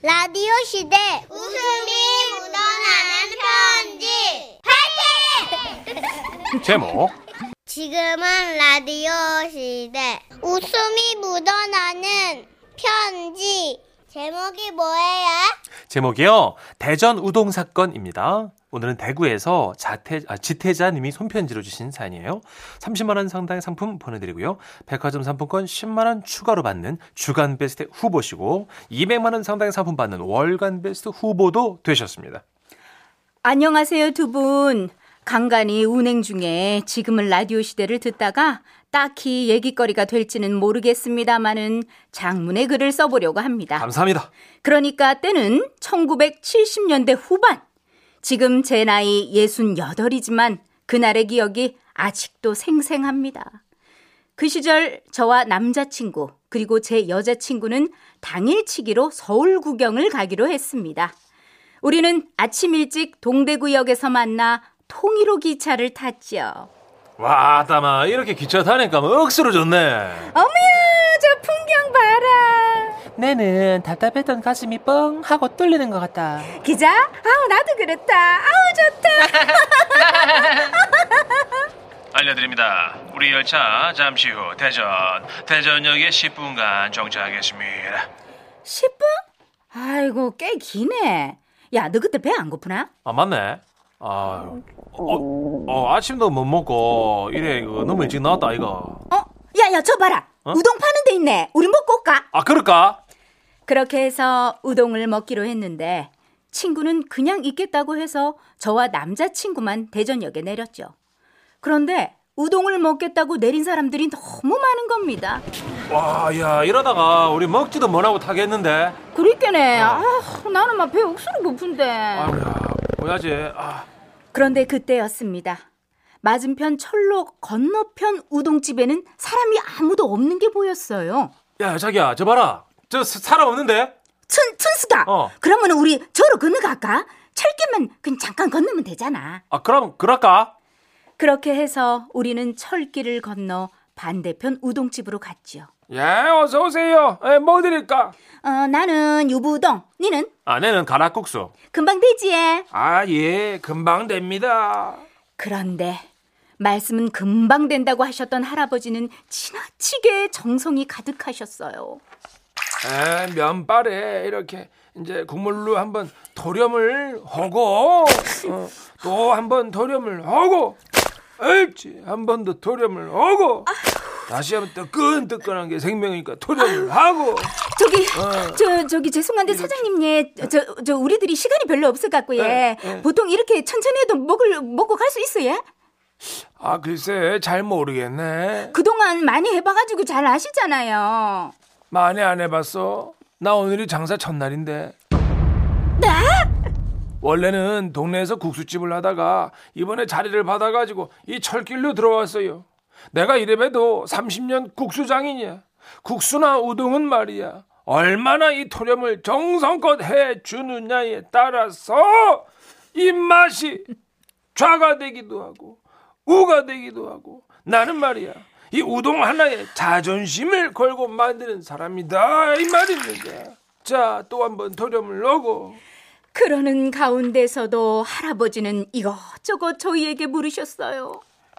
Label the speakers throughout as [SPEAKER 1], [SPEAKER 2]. [SPEAKER 1] 라디오 시대 웃음이 묻어나는 편지
[SPEAKER 2] 제목
[SPEAKER 1] 지금은 라디오 시대 웃음이 묻어나는 편지 제목이 뭐예요?
[SPEAKER 2] 제목이요 대전 우동 사건입니다. 오늘은 대구에서 자태, 아, 지태자님이 손편지로 주신 사연이에요. 30만 원 상당의 상품 보내드리고요. 백화점 상품권 10만 원 추가로 받는 주간 베스트 후보시고 200만 원 상당의 상품 받는 월간 베스트 후보도 되셨습니다.
[SPEAKER 3] 안녕하세요 두 분. 간간히 운행 중에 지금은 라디오 시대를 듣다가 딱히 얘기거리가 될지는 모르겠습니다마는 장문의 글을 써보려고
[SPEAKER 2] 아.
[SPEAKER 3] 합니다.
[SPEAKER 2] 감사합니다.
[SPEAKER 3] 그러니까 때는 1970년대 후반. 지금 제 나이 68이지만 그날의 기억이 아직도 생생합니다. 그 시절 저와 남자친구 그리고 제 여자친구는 당일치기로 서울 구경을 가기로 했습니다. 우리는 아침 일찍 동대구역에서 만나 통일호 기차를 탔죠.
[SPEAKER 2] 와, 따마 이렇게 기차 타니까 뭐 억수로 좋네.
[SPEAKER 3] 어머야, 저 풍경 봐라.
[SPEAKER 2] 내는 답답했던 가슴이 뻥 하고 뚫리는 것 같다.
[SPEAKER 3] 기자, 아우 나도 그렇다. 아우 좋다.
[SPEAKER 2] 알려드립니다. 우리 열차 잠시 후 대전 대전역에 10분간 정차하겠습니다.
[SPEAKER 3] 10분? 아이고 꽤 기네. 야, 너 그때 배 안 고프나?
[SPEAKER 2] 아 맞네. 아 어, 어, 아침도 못 먹고 이래 이거 너무 일찍 나왔다 이거.
[SPEAKER 3] 어? 야, 야, 저 봐라.
[SPEAKER 2] 어?
[SPEAKER 3] 우동 파는 데 있네. 우리 먹고 올까?
[SPEAKER 2] 아 그럴까?
[SPEAKER 3] 그렇게 해서 우동을 먹기로 했는데 친구는 그냥 있겠다고 해서 저와 남자친구만 대전역에 내렸죠. 그런데 우동을 먹겠다고 내린 사람들이 너무 많은 겁니다.
[SPEAKER 2] 와 야 이러다가 우리 먹지도 못하고 타겠는데.
[SPEAKER 3] 그랬겠네. 아, 나는 막 배 억수로 고픈데.
[SPEAKER 2] 아우야 뭐야지. 아,
[SPEAKER 3] 그런데 그때였습니다. 맞은편 철로 건너편 우동집에는 사람이 아무도 없는 게 보였어요.
[SPEAKER 2] 야 자기야 저 봐라. 저 사- 사람 없는데?
[SPEAKER 3] 춘, 춘수가!
[SPEAKER 2] 어.
[SPEAKER 3] 그러면 우리 저로 건너갈까? 철길만 그냥 잠깐 건너면 되잖아.
[SPEAKER 2] 아 그럼 그럴까?
[SPEAKER 3] 그렇게 해서 우리는 철길을 건너 반대편 우동집으로 갔지요.
[SPEAKER 2] 예 어서 오세요. 예, 뭐 드릴까?
[SPEAKER 3] 어, 나는 유부우동, 니는
[SPEAKER 2] 아내는 가락국수.
[SPEAKER 3] 금방 되지에.
[SPEAKER 2] 아 예 금방 됩니다.
[SPEAKER 3] 그런데 말씀은 금방 된다고 하셨던 할아버지는 지나치게 정성이 가득하셨어요.
[SPEAKER 2] 에, 면발에 이렇게 이제 국물로 한번 도렴을 하고 어, 또 한번 도렴을 하고 옳지 한 번 더 도렴을 하고 다시 한번 뜨끈뜨끈한 게 생명이니까 도렴을 하고
[SPEAKER 3] 저기 저 저기 죄송한데 사장님 예저 저 우리들이 시간이 별로 없을 것 같고 예
[SPEAKER 2] 예, 예.
[SPEAKER 3] 보통 이렇게 천천히 해도 먹을 먹고 갈 수 있어 예
[SPEAKER 2] 아 글쎄 잘 모르겠네
[SPEAKER 3] 그동안 많이 해봐가지고 잘 아시잖아요
[SPEAKER 2] 많이 안 해봤어 나 오늘이 장사 첫날인데 원래는 동네에서 국수집을 하다가 이번에 자리를 받아가지고 이 철길로 들어왔어요. 내가 이래봬도 30년 국수장이냐. 국수나 우동은 말이야. 얼마나 이 토렴을 정성껏 해주느냐에 따라서 입맛이 좌가 되기도 하고 우가 되기도 하고 나는 말이야. 이 우동 하나에 자존심을 걸고 만드는 사람이다 이 말입니다. 자, 또 한번 토렴을 넣고
[SPEAKER 3] 그러는 가운데서도 할아버지는 이것저것 저희에게 물으셨어요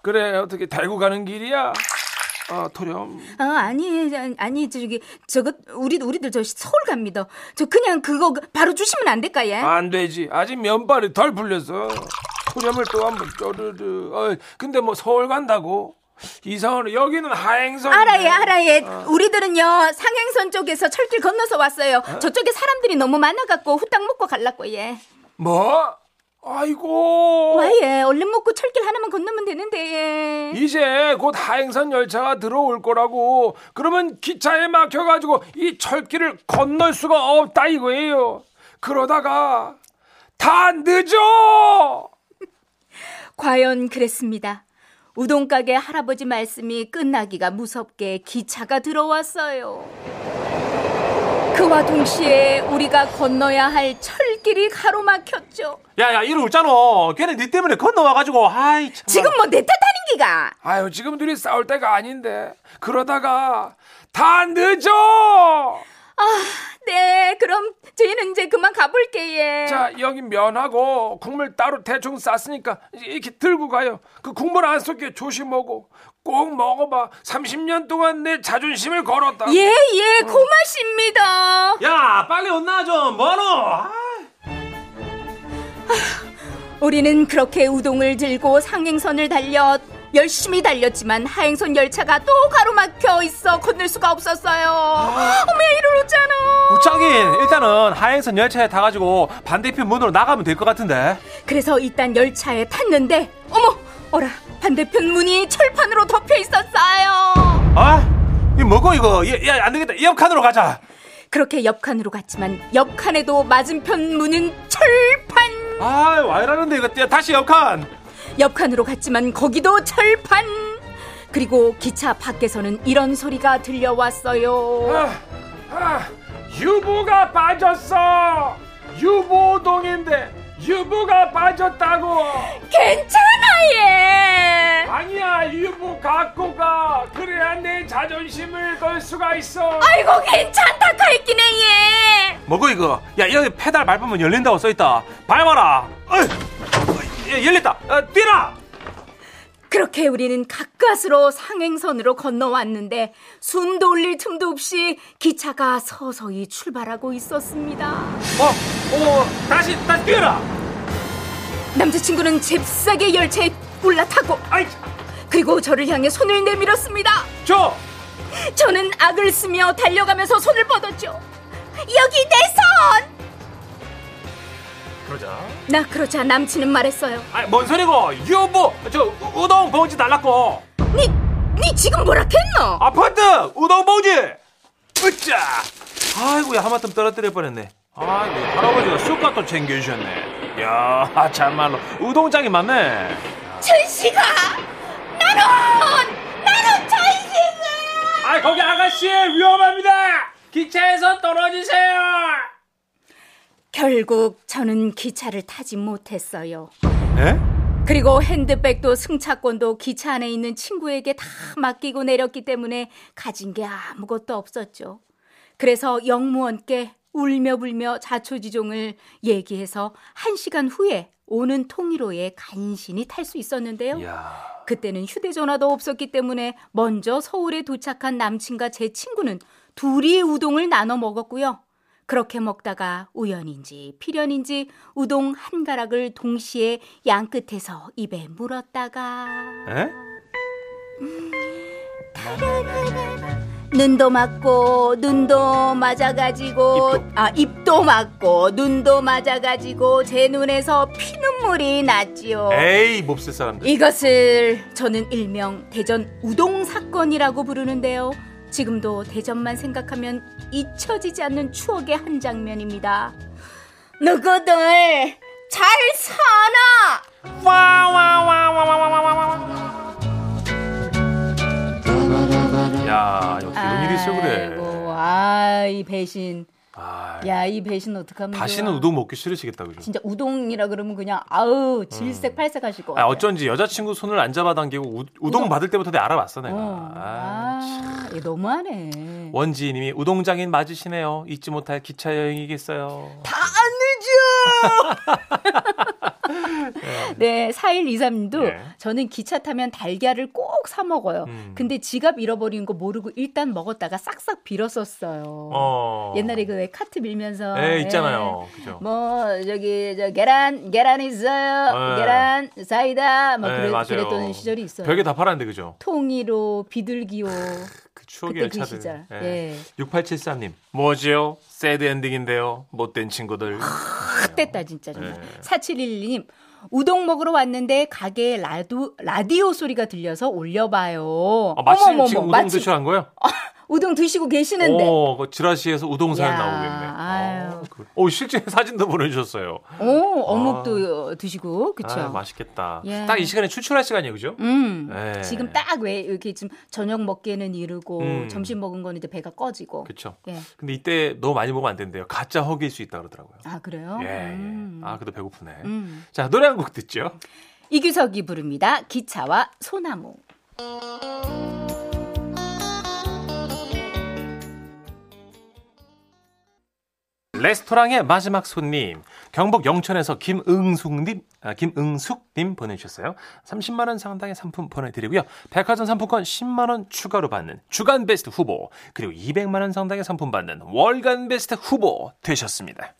[SPEAKER 2] 그래 어떻게 대구 가는 길이야? 아 도렴
[SPEAKER 3] 아 아니 아니 저기 저거 우리 우리들 저 서울 갑니다 저 그냥 그거 바로 주시면 안 될까 예
[SPEAKER 2] 안 되지 아직 면발이 덜 풀려서 도렴을 또 한번 쪼르르 어, 근데 뭐 서울 간다고 이상하네 여기는 하행선
[SPEAKER 3] 알아예, 알아예. 우리들은요, 상행선 쪽에서 철길 건너서 왔어요.
[SPEAKER 2] 아.
[SPEAKER 3] 저쪽에 사람들이 너무 많아갖고 후딱 먹고 갈라고, 예.
[SPEAKER 2] 뭐? 아이고
[SPEAKER 3] 와, 예. 얼른 먹고 철길 하나만 건너면 되는데, 예.
[SPEAKER 2] 이제 곧 하행선 열차가 들어올 거라고 그러면 기차에 막혀가지고 이 철길을 건널 수가 없다 이거예요 그러다가 다 늦어
[SPEAKER 3] 과연 그랬습니다. 우동가게 할아버지 말씀이 끝나기가 무섭게 기차가 들어왔어요. 그와 동시에 우리가 건너야 할 철길이 가로막혔죠.
[SPEAKER 2] 야야 이러 웃잖아 걔네 니 때문에 건너와가지고 아이 참
[SPEAKER 3] 지금 뭐 내 탓하는 기가.
[SPEAKER 2] 아유 지금 둘이 싸울 때가 아닌데 그러다가 다 늦어
[SPEAKER 3] 아, 네, 그럼 저희는 이제 그만 가볼게요.
[SPEAKER 2] 자 여기 면하고 국물 따로 대충 쌌으니까 이렇게 들고 가요. 그 국물 안 쏟게 조심하고 꼭 먹어봐. 30년 동안 내 자존심을 걸었다.
[SPEAKER 3] 예, 예, 고맙습니다.
[SPEAKER 4] 야 빨리 온나 좀 뭐노 아,
[SPEAKER 3] 우리는 그렇게 우동을 들고 상행선을 달려 열심히 달렸지만 하행선 열차가 또 가로막혀 있어 건널 수가 없었어요. 어머 이럴 웃잖아.
[SPEAKER 4] 우창인 일단은 하행선 열차에 타가지고 반대편 문으로 나가면 될 것 같은데
[SPEAKER 3] 그래서 일단 열차에 탔는데 어머 어라 반대편 문이 철판으로 덮여 있었어요.
[SPEAKER 4] 아? 이 뭐고 이거 야 안 되겠다 옆칸으로 가자
[SPEAKER 3] 그렇게 옆칸으로 갔지만 옆칸에도 맞은편 문은 철판.
[SPEAKER 4] 아 와이라는데 이거 야, 다시 옆칸
[SPEAKER 3] 옆칸으로 갔지만 거기도 철판. 그리고 기차 밖에서는 이런 소리가 들려왔어요.
[SPEAKER 2] 아, 아, 유부가 빠졌어. 유보동인데 유부가 빠졌다고.
[SPEAKER 3] 괜찮아 얘
[SPEAKER 2] 아니야 유부 갖고 가. 그래야 내 자존심을 걸 수가 있어.
[SPEAKER 3] 아이고 괜찮다 카이키네 얘
[SPEAKER 4] 뭐고 이거 야 여기 페달 밟으면 열린다고 써있다 밟아라 어이, 어이, 야, 열렸다 어, 뛰라
[SPEAKER 3] 그렇게 우리는 가까스로 상행선으로 건너왔는데 숨도 올릴 틈도 없이 기차가 서서히 출발하고 있었습니다
[SPEAKER 4] 어, 어 다시 다시 뛰라
[SPEAKER 3] 남자친구는 잽싸게 열차에 올라타고
[SPEAKER 4] 아이
[SPEAKER 3] 그리고 저를 향해 손을 내밀었습니다
[SPEAKER 4] 저
[SPEAKER 3] 저는 악을 쓰며 달려가면서 손을 뻗었죠 여기 내 손!
[SPEAKER 4] 그러자
[SPEAKER 3] 나 그러자 남친은 말했어요
[SPEAKER 4] 아이 뭔 소리고 유부 저 우- 우동 봉지 달라고
[SPEAKER 3] 니, 니 지금 뭐라 했노?
[SPEAKER 4] 아파트 우동 봉지 으쌰 아이고 야 하마터면 떨어뜨릴 뻔했네 아이고 할아버지가 쑥갓 또 챙겨주셨네 야 참말로 우동장이 맞네
[SPEAKER 3] 천식아 나는 나는 천식아
[SPEAKER 2] 아 거기 아가씨 위험합니다. 기차에서 떨어지세요.
[SPEAKER 3] 결국 저는 기차를 타지 못했어요
[SPEAKER 4] 에?
[SPEAKER 3] 그리고 핸드백도 승차권도 기차 안에 있는 친구에게 다 맡기고 내렸기 때문에 가진 게 아무것도 없었죠 그래서 영무원께 울며 불며 자초지종을 얘기해서 한시간 후에 오는 통일호에 간신히 탈 수 있었는데요
[SPEAKER 4] 야
[SPEAKER 3] 그때는 휴대전화도 없었기 때문에 먼저 서울에 도착한 남친과 제 친구는 둘이 우동을 나눠 먹었고요. 그렇게 먹다가 우연인지 필연인지 우동 한 가락을 동시에 양 끝에서 입에 물었다가
[SPEAKER 4] 에?
[SPEAKER 3] 눈도 맞고 눈도 맞아가지고
[SPEAKER 4] 입도.
[SPEAKER 3] 아 입도 맞고 눈도 맞아가지고 제 눈에서 피눈물이 났지요.
[SPEAKER 4] 에이 몹쓸 사람들
[SPEAKER 3] 이것을 저는 일명 대전 우동 사건이라고 부르는데요. 지금도 대전만 생각하면 잊혀지지 않는 추억의 한 장면입니다. 누구들 잘 사나?
[SPEAKER 4] 야 이거 이런 일이 있어 그래
[SPEAKER 3] 아이고, 아이 배신.
[SPEAKER 4] 아,
[SPEAKER 3] 야, 이 배신 어떡합니까?
[SPEAKER 4] 다시는 우동 먹기 싫으시겠다 그죠
[SPEAKER 3] 진짜 우동이라 그러면 그냥 아우 질색 팔색 하실 것
[SPEAKER 4] 아
[SPEAKER 3] 같아요.
[SPEAKER 4] 어쩐지 여자친구 손을 안 잡아당기고 우, 우동, 받을 때부터 내가 알아봤어 내가
[SPEAKER 3] 어.
[SPEAKER 4] 아.
[SPEAKER 3] 아, 얘 너무하네.
[SPEAKER 4] 원지님이 우동장인 맞으시네요. 잊지 못할 기차 여행이겠어요.
[SPEAKER 3] 네, 4123님도
[SPEAKER 4] 예.
[SPEAKER 3] 저는 기차 타면 달걀을 꼭 사 먹어요.
[SPEAKER 4] 음.
[SPEAKER 3] 근데 지갑 잃어버린 거 모르고 일단 먹었다가 싹싹 빌었었어요.
[SPEAKER 4] 어.
[SPEAKER 3] 옛날에 그 왜 카트 밀면서
[SPEAKER 4] 예,
[SPEAKER 3] 예.
[SPEAKER 4] 있잖아요. 그죠?
[SPEAKER 3] 뭐 저기 저 계란 계란 있어요.
[SPEAKER 4] 예.
[SPEAKER 3] 계란 사이다 막
[SPEAKER 4] 예,
[SPEAKER 3] 뭐 그래,
[SPEAKER 4] 맞아요.
[SPEAKER 3] 그랬던 시절이 있어요.
[SPEAKER 4] 별게 다 팔았는데 그죠?
[SPEAKER 3] 통이로 비둘기호
[SPEAKER 4] 그 추억의
[SPEAKER 3] 그때 그
[SPEAKER 4] 열차들.
[SPEAKER 3] 시절. 예.
[SPEAKER 4] 6873님. 뭐지요? 새드 엔딩인데요. 못된 친구들.
[SPEAKER 3] 그때다 진짜 정말.
[SPEAKER 4] 예.
[SPEAKER 3] 4712님 우동 먹으러 왔는데 가게에 라두, 라디오 소리가 들려서 올려봐요.
[SPEAKER 4] 아, 마침
[SPEAKER 3] 어머머머,
[SPEAKER 4] 지금 우동
[SPEAKER 3] 마침
[SPEAKER 4] 드시러 간 거예요?
[SPEAKER 3] 우동 드시고 계시는데. 오,
[SPEAKER 4] 어, 그 지라시에서 우동 사연
[SPEAKER 3] 야,
[SPEAKER 4] 나오겠네.
[SPEAKER 3] 아유.
[SPEAKER 4] 어, 그- 어, 실제 사진도 보내주셨어요.
[SPEAKER 3] 어묵도 드시고 그렇죠.
[SPEAKER 4] 아, 맛있겠다.
[SPEAKER 3] 예.
[SPEAKER 4] 딱 이 시간에 출출할 시간이에요, 그죠?
[SPEAKER 3] 음.
[SPEAKER 4] 예.
[SPEAKER 3] 지금 딱 왜 이렇게 지금 저녁 먹기에는 이르고
[SPEAKER 4] 음.
[SPEAKER 3] 점심 먹은 거는 이제 배가 꺼지고.
[SPEAKER 4] 그렇죠.
[SPEAKER 3] 예.
[SPEAKER 4] 근데 이때 너무 많이 먹으면 안 된대요. 가짜 허기일 수 있다 그러더라고요.
[SPEAKER 3] 아 그래요?
[SPEAKER 4] 예, 예.
[SPEAKER 3] 음.
[SPEAKER 4] 아, 그래도 배고프네.
[SPEAKER 3] 음.
[SPEAKER 4] 자, 노래 한 곡 듣죠.
[SPEAKER 3] 이규석이 부릅니다. 기차와 소나무.
[SPEAKER 4] 레스토랑의 마지막 손님 경북 영천에서 김응숙님 아, 김응숙님 보내주셨어요. 30만 원 상당의 상품 보내드리고요. 백화점 상품권 10만 원 추가로 받는 주간 베스트 후보 그리고 200만 원 상당의 상품 받는 월간 베스트 후보 되셨습니다.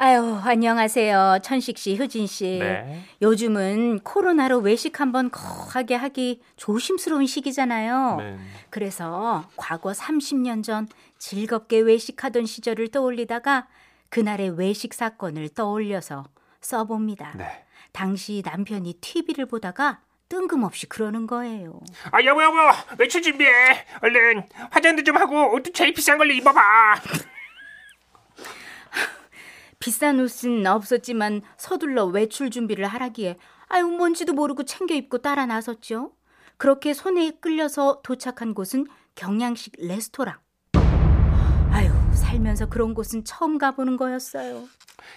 [SPEAKER 3] 아유, 안녕하세요. 천식 씨, 효진 씨.
[SPEAKER 4] 네.
[SPEAKER 3] 요즘은 코로나로 외식 한번 거하게 하기 조심스러운 시기잖아요.
[SPEAKER 4] 네.
[SPEAKER 3] 그래서 과거 30년 전 즐겁게 외식하던 시절을 떠올리다가 그날의 외식 사건을 떠올려서 써봅니다.
[SPEAKER 4] 네.
[SPEAKER 3] 당시 남편이 TV를 보다가 뜬금없이 그러는 거예요.
[SPEAKER 5] 아 여보 여보 외출 준비해 얼른 화장도 좀 하고 옷도 제일 비싼 걸로 입어봐
[SPEAKER 3] 비싼 옷은 없었지만 서둘러 외출 준비를 하라기에 아유 뭔지도 모르고 챙겨 입고 따라 나섰죠. 그렇게 손에 끌려서 도착한 곳은 경양식 레스토랑. 아유 살면서 그런 곳은 처음 가보는 거였어요.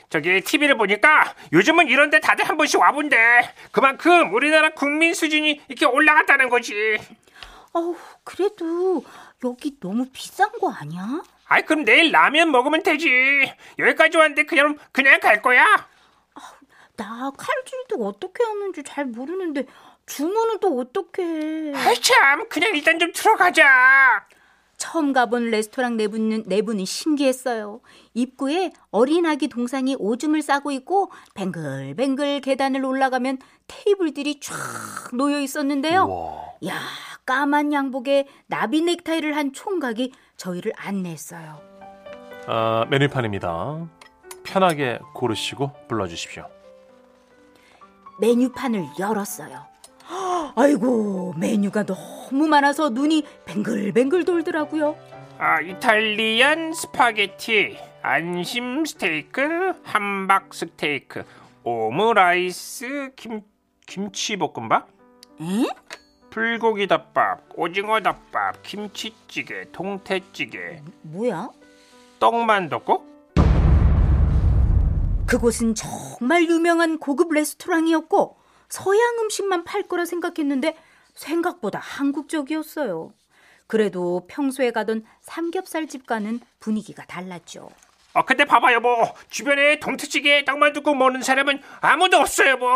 [SPEAKER 5] 저기 TV를 보니까 요즘은 이런데 다들 한 번씩 와본대 그만큼 우리나라 국민 수준이 이렇게 올라갔다는 거지
[SPEAKER 3] 어우 그래도 여기 너무 비싼 거 아니야?
[SPEAKER 5] 아이 그럼 내일 라면 먹으면 되지 여기까지 왔는데 그냥 그냥 갈 거야
[SPEAKER 3] 나 칼질도 어떻게 하는지 잘 모르는데 주문은 또 어떻게 해?
[SPEAKER 5] 아참 그냥 일단 좀 들어가자
[SPEAKER 3] 처음 가본 레스토랑 내부는, 내부는 신기했어요. 입구에 어린 아기 동상이 오줌을 싸고 있고 뱅글뱅글 계단을 올라가면 테이블들이 쫙 놓여 있었는데요.
[SPEAKER 4] 와.
[SPEAKER 3] 야 까만 양복에 나비 넥타이를 한 총각이 저희를 안내했어요.
[SPEAKER 4] 아, 메뉴판입니다. 편하게 고르시고 불러주십시오.
[SPEAKER 3] 메뉴판을 열었어요. 아이고 메뉴가 너무 많아서 눈이 뱅글뱅글 돌더라고요.
[SPEAKER 5] 아 이탈리안 스파게티 안심 스테이크 함박 스테이크 오므라이스 김 김치 볶음밥
[SPEAKER 3] 에?
[SPEAKER 5] 불고기 덮밥, 오징어 덮밥, 김치찌개, 동태찌개,
[SPEAKER 3] 뭐야?
[SPEAKER 5] 떡만둣국?
[SPEAKER 3] 그곳은 정말 유명한 고급 레스토랑이었고 서양 음식만 팔 거라 생각했는데 생각보다 한국적이었어요. 그래도 평소에 가던 삼겹살 집과는 분위기가 달랐죠.
[SPEAKER 5] 아 근데 봐봐 여보 주변에 동태찌개, 떡만둣국 먹는 사람은 아무도 없어 여보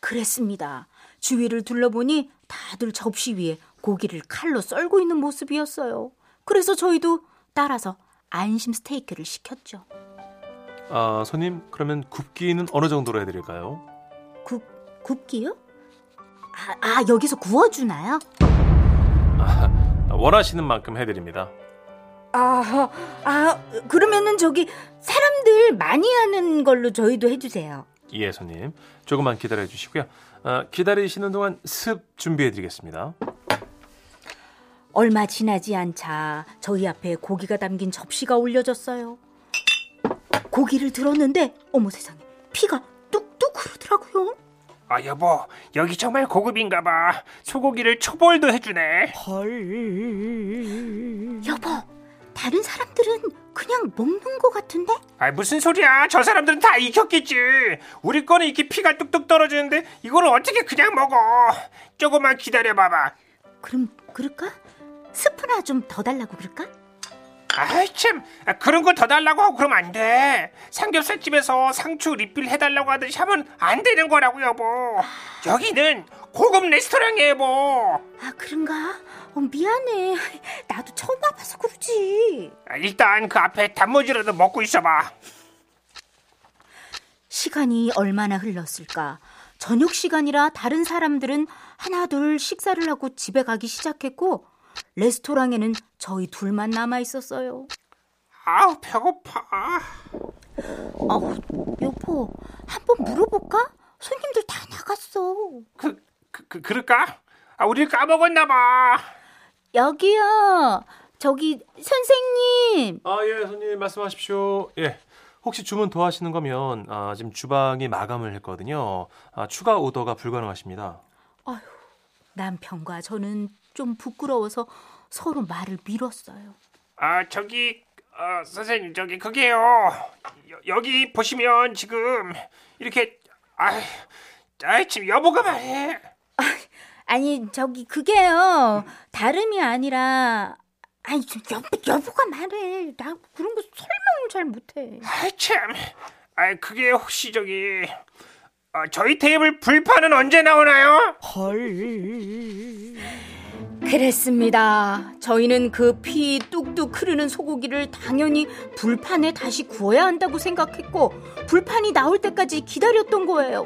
[SPEAKER 3] 그랬습니다. 주위를 둘러보니 다들 접시 위에 고기를 칼로 썰고 있는 모습이었어요. 그래서 저희도 따라서 안심 스테이크를 시켰죠.
[SPEAKER 4] 아, 손님, 그러면 굽기는 어느 정도로 해드릴까요?
[SPEAKER 3] 굽 굽기요? 아, 아 여기서 구워주나요?
[SPEAKER 4] 아, 원하시는 만큼 해드립니다.
[SPEAKER 3] 아, 아, 그러면은 저기 사람들 많이 하는 걸로 저희도 해주세요.
[SPEAKER 4] 예, 손님. 조금만 기다려 주시고요. 아, 기다리시는 동안 습 준비해 드리겠습니다.
[SPEAKER 3] 얼마 지나지 않자 저희 앞에 고기가 담긴 접시가 올려졌어요. 고기를 들었는데, 어머 세상에, 피가 뚝뚝 흐르더라고요.
[SPEAKER 5] 아 여보 여기 정말 고급인가 봐 소고기를 초벌도 해주네
[SPEAKER 3] 여보, 다른 사람들은 그냥 먹는 것 같은데?
[SPEAKER 5] 아 무슨 소리야 저 사람들은 다 익혔겠지 우리 거는 이렇게 피가 뚝뚝 떨어지는데 이걸 어떻게 그냥 먹어 조금만 기다려봐봐
[SPEAKER 3] 그럼 그럴까? 스프나 좀 더 달라고 그럴까?
[SPEAKER 5] 아이 참 아, 그런 거 더 달라고 하고 그러면 안 돼 삼겹살집에서 상추 리필 해달라고 하듯이 하면 안 되는 거라고 여보 여기는 고급 레스토랑이에요 여보
[SPEAKER 3] 아 그런가? 어, 미안해. 나도 처음 와봐서 그러지.
[SPEAKER 5] 아, 일단 그 앞에 단무지라도 먹고 있어봐
[SPEAKER 3] 시간이 얼마나 흘렀을까? 저녁 시간이라 다른 사람들은 하나둘 식사를 하고 집에 가기 시작했고 레스토랑에는 저희 둘만 남아 있었어요.
[SPEAKER 5] 아우 배고파
[SPEAKER 3] 아우, 여보, 한번 물어볼까? 손님들 다 나갔어.
[SPEAKER 5] 그, 그, 그 그럴까? 아 우리를 까먹었나 봐
[SPEAKER 3] 여기요. 저기 선생님.
[SPEAKER 4] 아, 예, 손님 말씀하십시오. 예. 혹시 주문 도와하시는 거면 아, 지금 주방이 마감을 했거든요. 아, 추가 오더가 불가능하십니다.
[SPEAKER 3] 남편과 저는 좀 부끄러워서 서로 말을 밀었어요.
[SPEAKER 5] 아 저기 어, 선생님 저기 그게요 여, 여기 보시면 지금 이렇게 아이 아이 지금 여보가 말해
[SPEAKER 3] 아니 저기 그게요 다름이 아니라 아니 좀 여보 여보가 말해. 나 그런 거 설명을 잘 못해.
[SPEAKER 2] 아참, 아 그게 혹시 저기 어, 저희 테이블 불판은 언제 나오나요?
[SPEAKER 3] 그랬습니다. 저희는 그 피 뚝뚝 흐르는 소고기를 당연히 불판에 다시 구워야 한다고 생각했고 불판이 나올 때까지 기다렸던 거예요.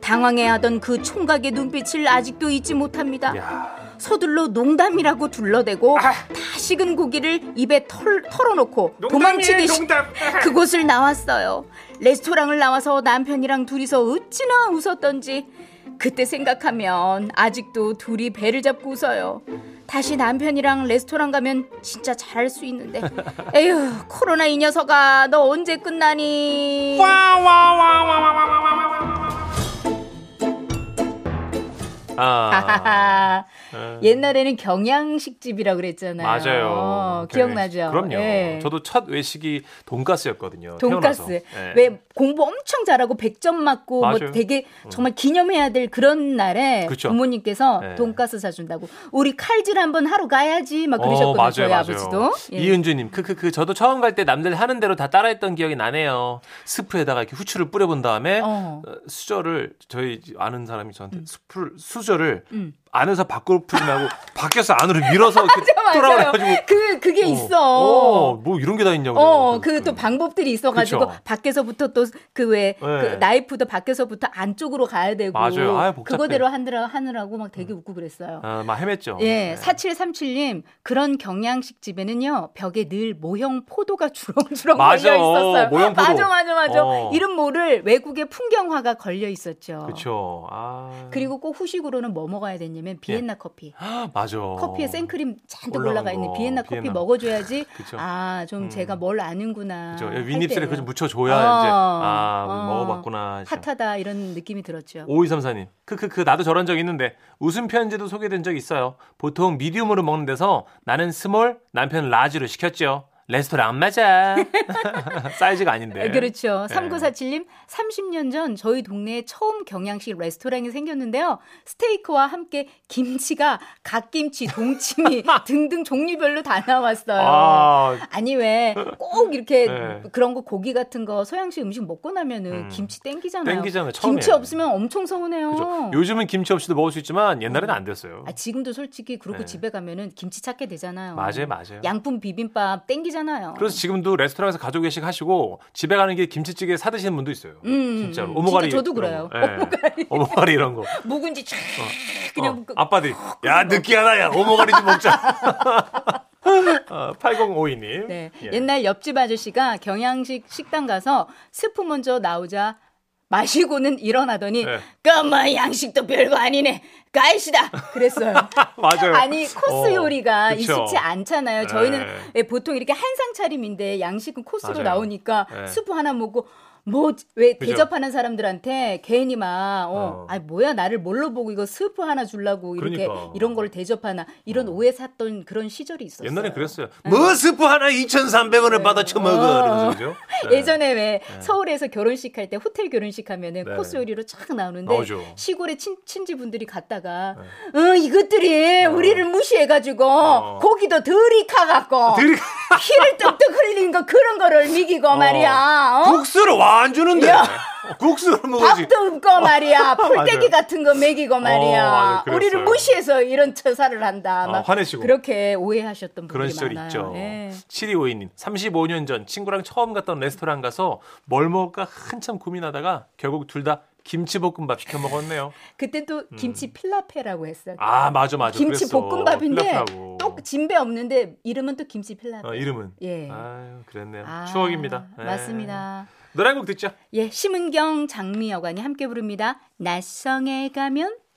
[SPEAKER 3] 당황해하던 그 총각의 눈빛을 아직도 잊지 못합니다.
[SPEAKER 4] 야,
[SPEAKER 3] 서둘러 농담이라고 둘러대고
[SPEAKER 2] 아.
[SPEAKER 3] 다 식은 고기를 입에 털, 털어놓고
[SPEAKER 2] 농담이에요,
[SPEAKER 3] 도망치듯이
[SPEAKER 2] 농담.
[SPEAKER 3] 그곳을 나왔어요. 레스토랑을 나와서 남편이랑 둘이서 어찌나 웃었던지 그때 생각하면 아직도 둘이 배를 잡고 웃어요. 다시 남편이랑 레스토랑 가면 진짜 잘할 수 있는데 에휴 코로나 이 녀석아 너 언제 끝나니?
[SPEAKER 4] 아,
[SPEAKER 3] 아하하.
[SPEAKER 4] 예.
[SPEAKER 3] 옛날에는 경양식집이라고 그랬잖아요.
[SPEAKER 4] 맞아요.
[SPEAKER 3] 네. 어, 기억나죠?
[SPEAKER 4] 그럼요.
[SPEAKER 3] 예.
[SPEAKER 4] 저도 첫 외식이 돈가스였거든요.
[SPEAKER 3] 돈가스.
[SPEAKER 4] 태어나서. 예.
[SPEAKER 3] 왜 공부 엄청 잘하고 100점 맞고
[SPEAKER 4] 맞아요. 음.
[SPEAKER 3] 뭐 되게 정말 기념해야 될 그런 날에
[SPEAKER 4] 그쵸.
[SPEAKER 3] 부모님께서
[SPEAKER 4] 예.
[SPEAKER 3] 돈가스 사준다고 우리 칼질 한번 하러 가야지 막 그러셨거든요.
[SPEAKER 4] 어, 맞아요,
[SPEAKER 3] 저희
[SPEAKER 4] 맞아요.
[SPEAKER 3] 아버지도. 예.
[SPEAKER 4] 이은주님, 크크크. 저도 처음 갈 때 남들 하는 대로 다 따라했던 기억이 나네요. 스프에다가 이렇게 후추를 뿌려본 다음에
[SPEAKER 3] 어.
[SPEAKER 4] 어, 수저를 저희 아는 사람이 저한테 수프를 수저를
[SPEAKER 3] 음.
[SPEAKER 4] 안에서 밖으로 풀면하고 밖에서 안으로 밀어서 이렇게
[SPEAKER 3] 맞아요.
[SPEAKER 4] 돌아가가지고.
[SPEAKER 3] 그 그게
[SPEAKER 4] 어,
[SPEAKER 3] 있어.
[SPEAKER 4] 어, 뭐 이런 게 다 있냐고. 음.
[SPEAKER 3] 어, 그
[SPEAKER 4] 그래서.
[SPEAKER 3] 또 방법들이 있어가지고
[SPEAKER 4] 그쵸.
[SPEAKER 3] 밖에서부터 또 그 왜 그
[SPEAKER 4] 네.
[SPEAKER 3] 나이프도 밖에서부터 안쪽으로 가야 되고
[SPEAKER 4] 맞아요. 아유, 복잡해.
[SPEAKER 3] 그거대로 하느라 하느라고 막 되게 웃고 그랬어요.
[SPEAKER 4] 아, 막 헤맸죠.
[SPEAKER 3] 예, 4737님 그런 경양식 집에는요 벽에 늘 모형 포도가 주렁주렁
[SPEAKER 4] 맞아.
[SPEAKER 3] 걸려 있었어요.
[SPEAKER 4] 모형 포도.
[SPEAKER 3] 맞아, 맞아, 맞아.
[SPEAKER 4] 어.
[SPEAKER 3] 이름 모를 외국의 풍경화가 걸려 있었죠.
[SPEAKER 4] 그렇죠. 아.
[SPEAKER 3] 리고꼭 후식으로는 뭐 먹어야 되냐면 비엔나 커피.
[SPEAKER 4] 아, 맞아.
[SPEAKER 3] 커피에 생크림 잔뜩
[SPEAKER 4] 올라간
[SPEAKER 3] 올라가 있는
[SPEAKER 4] 거,
[SPEAKER 3] 비엔나 커피
[SPEAKER 4] 비엔나.
[SPEAKER 3] 먹어줘야지
[SPEAKER 4] 그쵸.
[SPEAKER 3] 아 좀
[SPEAKER 4] 음.
[SPEAKER 3] 제가 뭘 아는구나
[SPEAKER 4] 그렇죠.
[SPEAKER 3] 할
[SPEAKER 4] 윗입술에
[SPEAKER 3] 때예요.
[SPEAKER 4] 그좀 묻혀줘야
[SPEAKER 3] 어.
[SPEAKER 4] 이제 아
[SPEAKER 3] 어.
[SPEAKER 4] 먹어봤구나. 진짜.
[SPEAKER 3] 핫하다 이런 느낌이 들었죠
[SPEAKER 4] 5234님. 크크크 나도 저런 적 있는데 웃음 편지도 소개된 적 있어요. 보통 미디움으로 먹는 데서 나는 스몰 남편 라지로 시켰죠. 레스토랑 안 맞아. 사이즈가 아닌데.
[SPEAKER 3] 그렇죠.
[SPEAKER 4] 네.
[SPEAKER 3] 3947님, 30년 전 저희 동네에 처음 경양식 레스토랑이 생겼는데요. 스테이크와 함께 김치가 갓김치, 동치미 등등 종류별로 다 나왔어요.
[SPEAKER 4] 아,
[SPEAKER 3] 아니 왜 꼭 이렇게
[SPEAKER 4] 네.
[SPEAKER 3] 그런 거 고기 같은 거 서양식 음식 먹고 나면은
[SPEAKER 4] 음.
[SPEAKER 3] 김치 땡기잖아요.
[SPEAKER 4] 땡기잖아요,
[SPEAKER 3] 김치
[SPEAKER 4] 처음에.
[SPEAKER 3] 없으면 엄청 서운해요.
[SPEAKER 4] 그죠. 그렇죠. 요즘은 김치 없이도 먹을 수 있지만 옛날에는 안 됐어요.
[SPEAKER 3] 아, 지금도 솔직히 그렇고
[SPEAKER 4] 네.
[SPEAKER 3] 집에 가면은 김치 찾게 되잖아요.
[SPEAKER 4] 맞아요, 맞아요.
[SPEAKER 3] 양품 비빔밥 땡기잖아요.
[SPEAKER 4] 그래서 지금도 레스토랑에서 가족 외식 하시고 집에 가는 길 김치찌개 사 드시는 분도 있어요.
[SPEAKER 3] 음,
[SPEAKER 4] 진짜로.
[SPEAKER 3] 음.
[SPEAKER 4] 오모가리.
[SPEAKER 3] 진짜 저도
[SPEAKER 4] 이런
[SPEAKER 3] 그래요.
[SPEAKER 4] 거. 예. 오모가리 이런 거.
[SPEAKER 3] 묵은지 쫙 그냥
[SPEAKER 4] 어, 아빠들이 야 느끼하다 야 오모가리 좀 먹자. 어, 8052님.
[SPEAKER 3] 네.
[SPEAKER 4] 예.
[SPEAKER 3] 옛날 옆집 아저씨가 경양식 식당 가서 스프 먼저 나오자 마시고는 일어나더니
[SPEAKER 4] 네.
[SPEAKER 3] 까마 양식도 별거 아니네 가이시다 그랬어요.
[SPEAKER 4] 맞아요.
[SPEAKER 3] 아니 코스
[SPEAKER 4] 어,
[SPEAKER 3] 요리가
[SPEAKER 4] 그쵸.
[SPEAKER 3] 익숙치 않잖아요. 저희는
[SPEAKER 4] 네.
[SPEAKER 3] 예, 보통 이렇게 한상 차림인데 양식은 코스로
[SPEAKER 4] 맞아요.
[SPEAKER 3] 나오니까
[SPEAKER 4] 네.
[SPEAKER 3] 스프 하나 먹고 뭐 왜
[SPEAKER 4] 그죠.
[SPEAKER 3] 대접하는 사람들한테 괜히 막 어,
[SPEAKER 4] 어.
[SPEAKER 3] 아니 뭐야 나를 뭘로 보고 이거 스프 하나 주려고 이렇게
[SPEAKER 4] 그러니까. 어.
[SPEAKER 3] 이런 걸 대접하나 이런 오해 샀던 그런 시절이 있었어요. 네.
[SPEAKER 4] 옛날에 그랬어요. 뭐 스프 하나 2,300원을 받아 처먹어. 이러면서 그죠? 네.
[SPEAKER 3] 예전에 왜 서울에서 결혼식 할 때 호텔 결혼식 하면은
[SPEAKER 4] 네.
[SPEAKER 3] 코스 요리로 쫙 나오는데
[SPEAKER 4] 나오죠. 네.
[SPEAKER 3] 시골에 친, 친지분들이 갔다가 어, 이것들이 우리를 무시해가지고 고기도 덜이 카갖고
[SPEAKER 4] 어. 아, 들이-
[SPEAKER 3] 피를 뚝뚝 흘린 거 그런 거를 미기고 말이야 어?
[SPEAKER 4] 국수를 와 안 주는데. 어,
[SPEAKER 3] 야.
[SPEAKER 4] 국수를 먹어야지. 아.
[SPEAKER 3] 밥도 없고 말이야
[SPEAKER 4] 그 맞아요.
[SPEAKER 3] 풀떼기
[SPEAKER 4] 어,
[SPEAKER 3] 같은 거 먹이고 말이야
[SPEAKER 4] 맞아요. 그랬어요.
[SPEAKER 3] 우리를 무시해서 이런 처사를 한다
[SPEAKER 4] 어,
[SPEAKER 3] 막
[SPEAKER 4] 화내시고.
[SPEAKER 3] 그렇게 오해하셨던 분들이
[SPEAKER 4] 그런 시절이
[SPEAKER 3] 많아요
[SPEAKER 4] 있죠.
[SPEAKER 3] 예.
[SPEAKER 4] 7252님, 35년 전 친구랑 처음 갔던 레스토랑 가서 뭘 먹을까 한참 고민하다가 결국 둘 다 김치볶음밥 시켜 먹었네요.
[SPEAKER 3] 그때 또
[SPEAKER 4] 음.
[SPEAKER 3] 김치 필라페라고 했어요
[SPEAKER 4] 아, 맞아, 맞아.
[SPEAKER 3] 김치
[SPEAKER 4] 그랬어.
[SPEAKER 3] 볶음밥인데
[SPEAKER 4] 필라프라고.
[SPEAKER 3] 또 진배 없는데 이름은 또 김치 필라.
[SPEAKER 4] 어, 이름은.
[SPEAKER 3] 예.
[SPEAKER 4] 아유, 그랬네요.
[SPEAKER 3] 아,
[SPEAKER 4] 추억입니다. 예.
[SPEAKER 3] 맞습니다.
[SPEAKER 4] 노래 한 곡 듣죠?
[SPEAKER 3] 예, 심은경 장미여관이 함께 부릅니다. 낯성에 가면